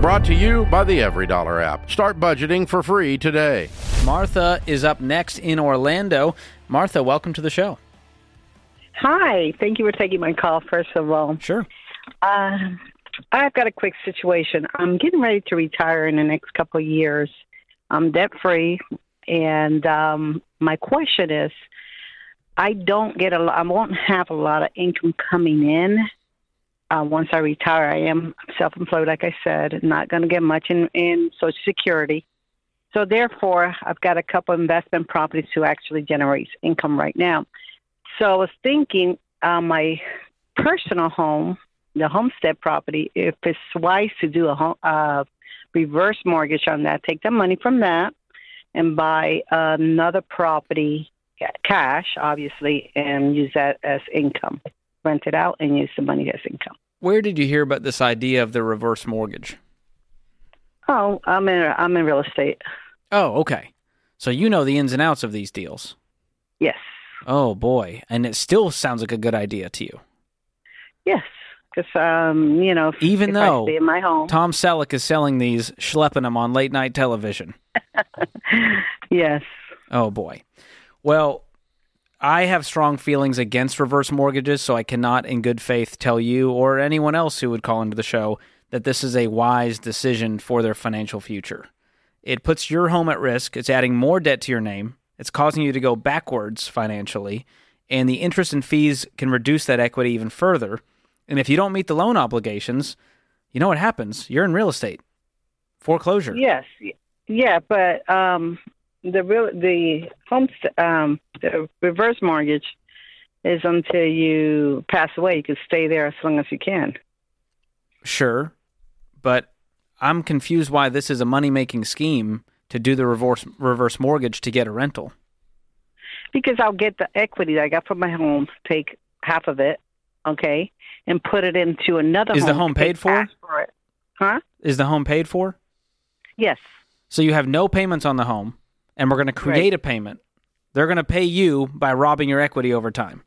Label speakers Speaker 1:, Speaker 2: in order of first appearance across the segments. Speaker 1: Brought to you by the Every Dollar app. Start budgeting for free today.
Speaker 2: Martha is up next in Orlando. Martha, welcome to the show.
Speaker 3: Hi, thank you for taking my call, first of all.
Speaker 2: Sure.
Speaker 3: Uh, I've got a quick situation. I'm getting ready to retire in the next couple of years. I'm debt free. And um, my question is I don't get a lot, I won't have a lot of income coming in. Uh, once I retire, I am self employed, like I said, not going to get much in, in Social Security. So, therefore, I've got a couple investment properties to actually generate income right now. So, I was thinking uh, my personal home, the homestead property, if it's wise to do a home, uh, reverse mortgage on that, take the money from that and buy another property, ca- cash, obviously, and use that as income, rent it out and use the money as income.
Speaker 2: Where did you hear about this idea of the reverse mortgage?
Speaker 3: Oh, I'm in I'm in real estate.
Speaker 2: Oh, okay. So you know the ins and outs of these deals.
Speaker 3: Yes,
Speaker 2: Oh, boy. And it still sounds like a good idea to you.
Speaker 3: yes, because um, you know, if,
Speaker 2: Even
Speaker 3: if
Speaker 2: though-
Speaker 3: I stay in my home,
Speaker 2: Tom Selleck is selling these, schlepping them on late night television.
Speaker 3: yes,
Speaker 2: Oh boy. Well, I have strong feelings against reverse mortgages, so I cannot in good faith tell you or anyone else who would call into the show that this is a wise decision for their financial future. It puts your home at risk, it's adding more debt to your name, it's causing you to go backwards financially, and the interest and fees can reduce that equity even further. And if you don't meet the loan obligations, you know what happens? You're in real estate. Foreclosure.
Speaker 3: yes, yeah, but um, the real the home um, the reverse mortgage is until you pass away. You can stay there as long as you can.
Speaker 2: sure, but I'm confused why this is a money making scheme to do the reverse reverse mortgage to get a rental.
Speaker 3: Because I'll get the equity that I got from my home, take half of it, okay, and put it into another.
Speaker 2: Is the
Speaker 3: home
Speaker 2: home
Speaker 3: to pay
Speaker 2: paid for?
Speaker 3: cash for it. Huh?
Speaker 2: Is the home paid for?
Speaker 3: Yes.
Speaker 2: So you have no payments on the home, and we're going to create
Speaker 3: Right.
Speaker 2: a payment. They're going to pay you by robbing your equity over time.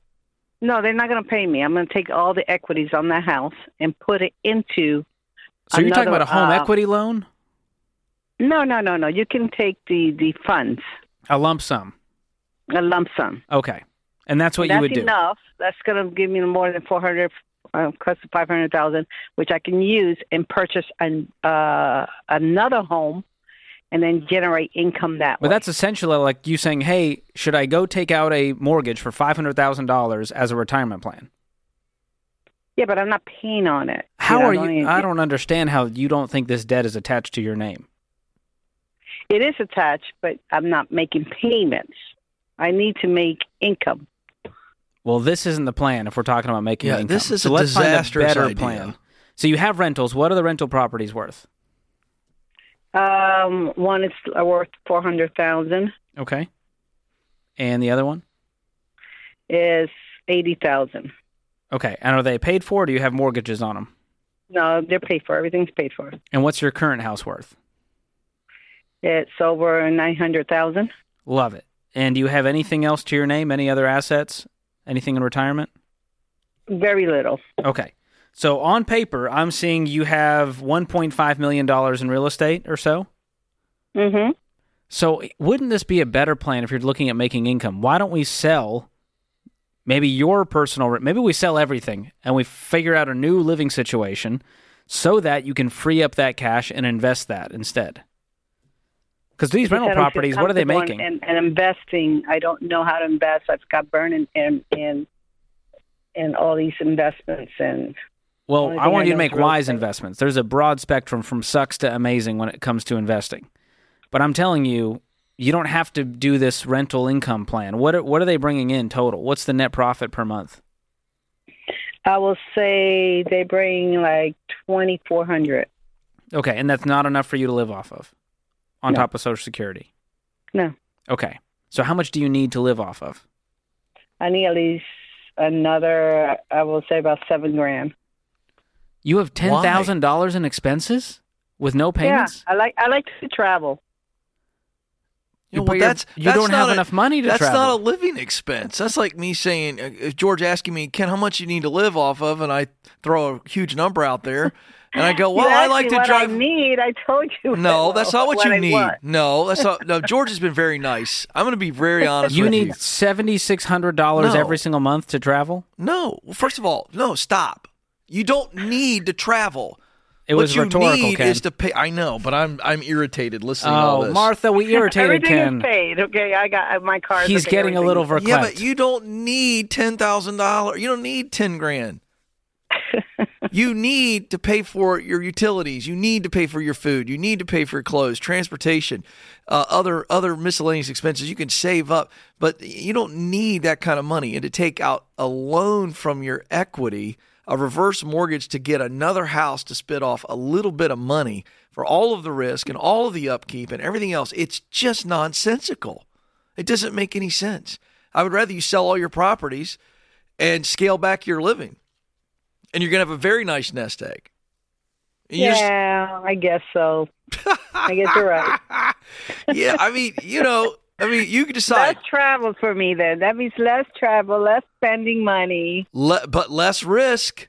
Speaker 3: No, they're not going to pay me. I'm going to take all the equities on the house and put it into.
Speaker 2: So you're talking about
Speaker 3: Another,
Speaker 2: a home
Speaker 3: uh,
Speaker 2: equity loan,
Speaker 3: No, no, no, no. You can take the the funds,
Speaker 2: a lump sum.
Speaker 3: a lump sum.
Speaker 2: Okay, and that's what
Speaker 3: that's
Speaker 2: you would do.
Speaker 3: enough. That's going to give me more than four hundred, uh, close to five hundred thousand, which I can use and purchase an uh, another home, and then generate income that
Speaker 2: But
Speaker 3: way.
Speaker 2: that's essentially like you saying, "Hey, should I go take out a mortgage for five hundred thousand dollars as a retirement plan?"
Speaker 3: yeah, but I'm not paying on it.
Speaker 2: How
Speaker 3: know,
Speaker 2: are
Speaker 3: I'm
Speaker 2: you?
Speaker 3: only-
Speaker 2: I don't understand how you don't think this debt is attached to your name.
Speaker 3: It is attached, but I'm not making payments. I need to make income.
Speaker 2: Well, this isn't the plan if we're talking about making
Speaker 4: Yeah,
Speaker 2: income.
Speaker 4: this is
Speaker 2: so
Speaker 4: a
Speaker 2: let's find a
Speaker 4: disastrous
Speaker 2: better
Speaker 4: idea.
Speaker 2: plan. So you have rentals. What are the rental properties worth?
Speaker 3: Um, one is worth four hundred thousand.
Speaker 2: Okay. And the other one?
Speaker 3: Is eighty thousand.
Speaker 2: Okay. And are they paid for? Or do you have mortgages on them?
Speaker 3: No, they're paid for. Everything's paid for.
Speaker 2: And what's your current house worth?
Speaker 3: It's over nine hundred thousand.
Speaker 2: Love it. And do you have anything else to your name? Any other assets? Anything in retirement?
Speaker 3: Very little.
Speaker 2: Okay. So on paper, I'm seeing you have 1.5 million dollars in real estate or so.
Speaker 3: hmm
Speaker 2: So, wouldn't this be a better plan if you're looking at making income? Why don't we sell maybe your personal, maybe we sell everything and we figure out a new living situation so that you can free up that cash and invest that instead? Because these rental properties, what are they making?
Speaker 3: And, and investing. I don't know how to invest. I've got burning in in in all these investments and
Speaker 2: Well,
Speaker 3: Only
Speaker 2: I
Speaker 3: thing
Speaker 2: want
Speaker 3: I
Speaker 2: you to
Speaker 3: know
Speaker 2: make
Speaker 3: is real
Speaker 2: wise
Speaker 3: estate.
Speaker 2: investments. There's a broad spectrum from sucks to amazing when it comes to investing. But I'm telling you, you don't have to do this rental income plan. What are, what are they bringing in total? What's the net profit per month?
Speaker 3: I will say they bring like twenty four hundred.
Speaker 2: Okay, and that's not enough for you to live off of on
Speaker 3: No.
Speaker 2: top of Social Security.
Speaker 3: No,
Speaker 2: Okay. So how much do you need to live off of?
Speaker 3: I need at least another. I will say about seven grand.
Speaker 2: You have $10,000 in expenses with no payments?
Speaker 3: Yeah, I like I like to travel.
Speaker 2: Yeah, well, that's, you that's don't have
Speaker 4: a-
Speaker 2: enough money to
Speaker 4: That's
Speaker 2: travel.
Speaker 4: not a living expense. That's like me saying, uh, if George asking me, Ken, how much you need to live off of, and I throw a huge number out there, and I go,
Speaker 3: You
Speaker 4: well, I
Speaker 3: asked
Speaker 4: like
Speaker 3: me
Speaker 4: to
Speaker 3: what
Speaker 4: drive.
Speaker 3: I need. I told you.
Speaker 4: No, that's not what you
Speaker 3: I
Speaker 4: need.
Speaker 3: want.
Speaker 4: No, that's not. No, George has been very nice. I'm going to be very honest.
Speaker 2: You
Speaker 4: with
Speaker 2: need
Speaker 4: you.
Speaker 2: seventy six hundred dollars
Speaker 4: No.
Speaker 2: every single month to travel.
Speaker 4: no. Well, first of all, no. Stop. You don't need to travel.
Speaker 2: It
Speaker 4: what
Speaker 2: was
Speaker 4: you
Speaker 2: rhetorical,
Speaker 4: need
Speaker 2: Ken.
Speaker 4: is to pay. I know, but I'm I'm irritated listening to all
Speaker 2: oh,
Speaker 4: this.
Speaker 2: Martha, we irritated
Speaker 3: Everything
Speaker 2: Ken.
Speaker 3: is paid. Okay, I got my car.
Speaker 2: He's getting a little verklempt.
Speaker 4: Yeah, but you don't need ten thousand dollars. You don't need ten grand. you need to pay for your utilities. You need to pay for your food. You need to pay for your clothes, transportation, uh, other other miscellaneous expenses. You can save up, but you don't need that kind of money. And to take out a loan from your equity, a reverse mortgage to get another house to spit off a little bit of money for all of the risk and all of the upkeep and everything else, it's just nonsensical. It doesn't make any sense. I would rather you sell all your properties and scale back your living. And you're going to have a very nice nest egg. And you just-
Speaker 3: Yeah, I guess so. I guess you're right.
Speaker 4: yeah, I mean, you know, I mean, you can
Speaker 3: Less
Speaker 4: decide,
Speaker 3: travel for me then. That means less travel, less spending money.
Speaker 4: Le- but less risk.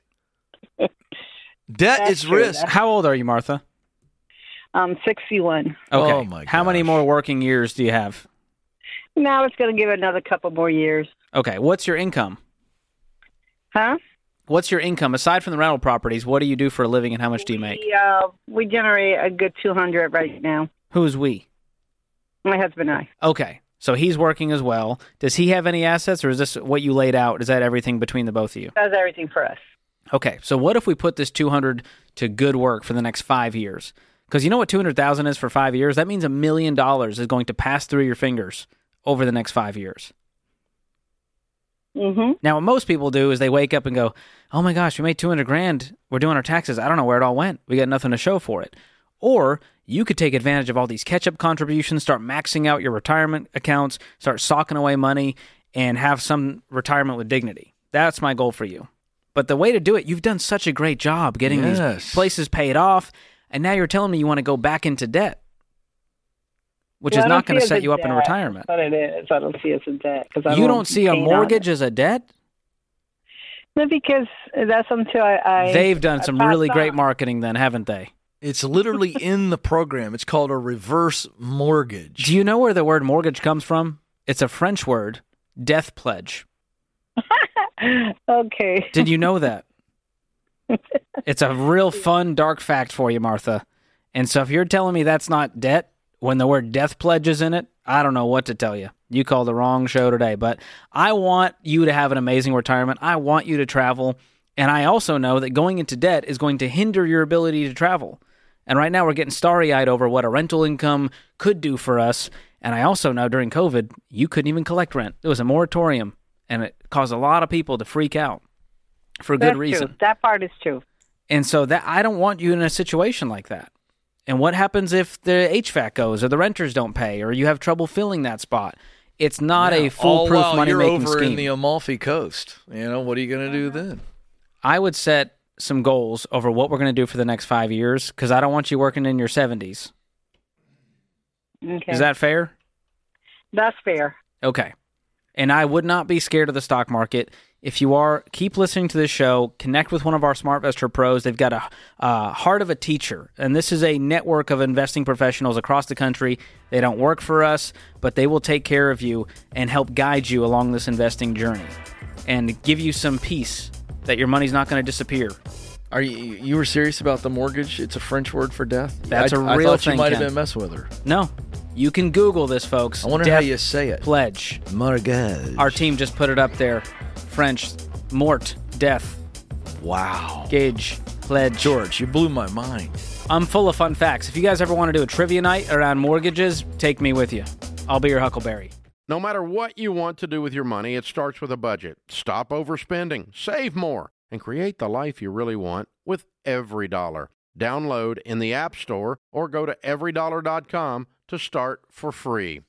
Speaker 4: Debt
Speaker 3: That's
Speaker 4: is
Speaker 3: true,
Speaker 4: risk.
Speaker 2: How old are you, Martha?
Speaker 3: Um, sixty-one.
Speaker 2: Okay.
Speaker 4: Oh, my
Speaker 2: How many
Speaker 4: gosh.
Speaker 2: more working years do you have?
Speaker 3: Now it's going to give it another couple more years,
Speaker 2: Okay. What's your income?
Speaker 3: huh?
Speaker 2: What's your income aside from the rental properties? What do you do for a living, and how much do you make?
Speaker 3: We, uh, we generate a good two hundred right now.
Speaker 2: Who's we?
Speaker 3: My husband and I.
Speaker 2: Okay. So he's working as well. Does he have any assets, or is this what you laid out? Is that everything between the both of you?
Speaker 3: Does everything for us.
Speaker 2: Okay. So what if we put this two hundred to good work for the next five years? Because you know what two hundred thousand is for five years. That means a million dollars is going to pass through your fingers over the next five years.
Speaker 3: Mm-hmm.
Speaker 2: Now, what most people do is they wake up and go, "Oh my gosh, we made 200 grand. We're doing our taxes. I don't know where it all went. We got nothing to show for it." Or you could take advantage of all these catch-up contributions, start maxing out your retirement accounts, start socking away money, and have some retirement with dignity. That's my goal for you. But the way to do it, you've done such a great job getting
Speaker 4: Yes.
Speaker 2: these places paid off, and now you're telling me you want to go back into debt, which is not going to set you up in retirement.
Speaker 3: But it is. I don't see it as a debt because I
Speaker 2: You don't see a
Speaker 3: pay on it.
Speaker 2: mortgage as a debt?
Speaker 3: No, because that's until I. I
Speaker 2: They've done
Speaker 3: I
Speaker 2: some
Speaker 3: popped
Speaker 2: really great
Speaker 3: off.
Speaker 2: marketing, then, haven't they?
Speaker 4: It's literally in the program. It's called a reverse mortgage.
Speaker 2: Do you know where the word mortgage comes from? It's a French word, death pledge.
Speaker 3: okay.
Speaker 2: Did you know that? it's a real fun, dark fact for you, Martha. And so, if you're telling me that's not debt when the word death pledge is in it, I don't know what to tell you. You called the wrong show today, but I want you to have an amazing retirement. I want you to travel. And I also know that going into debt is going to hinder your ability to travel. And right now, we're getting starry eyed over what a rental income could do for us. And I also know during COVID, you couldn't even collect rent. There was a moratorium, and it caused a lot of people to freak out for good
Speaker 3: That's
Speaker 2: reason.
Speaker 3: True. That part is true.
Speaker 2: And so that I don't want you in a situation like that. And what happens if the HVAC goes or the renters don't pay or you have trouble filling that spot? It's not a
Speaker 4: All
Speaker 2: foolproof
Speaker 4: while
Speaker 2: money
Speaker 4: Oh, you're
Speaker 2: making
Speaker 4: over
Speaker 2: scheme.
Speaker 4: in the Amalfi Coast. You know, what are you going to
Speaker 3: Uh-huh.
Speaker 4: do then?
Speaker 2: I would set some goals over what we're going to do for the next five years because I don't want you working in your 70s.
Speaker 3: Okay.
Speaker 2: Is that fair?
Speaker 3: that's fair?
Speaker 2: Okay. And I would not be scared of the stock market. If you are, keep listening to this show. Connect with one of our SmartVestor pros. They've got a uh, heart of a teacher, and this is a network of investing professionals across the country. They don't work for us, but they will take care of you and help guide you along this investing journey, and give you some peace that your money's not going to disappear.
Speaker 4: Are you you were serious about the mortgage? It's a French word for death.
Speaker 2: That's
Speaker 4: a
Speaker 2: a real
Speaker 4: I thought
Speaker 2: thing,
Speaker 4: you might have
Speaker 2: Ken.
Speaker 4: been messing with her.
Speaker 2: No, you can Google this, folks.
Speaker 4: I wonder how
Speaker 2: Death
Speaker 4: you say it.
Speaker 2: pledge.
Speaker 4: Mortgage.
Speaker 2: Our team just put it up there. French, mort, death,
Speaker 4: wow.
Speaker 2: gauge, pledge.
Speaker 4: George, you blew my mind.
Speaker 2: I'm full of fun facts. If you guys ever want to do a trivia night around mortgages, take me with you. I'll be your Huckleberry.
Speaker 1: No matter what you want to do with your money, it starts with a budget. Stop overspending, save more, and create the life you really want with every dollar. Download in the App Store or go to everydollar.com to start for free.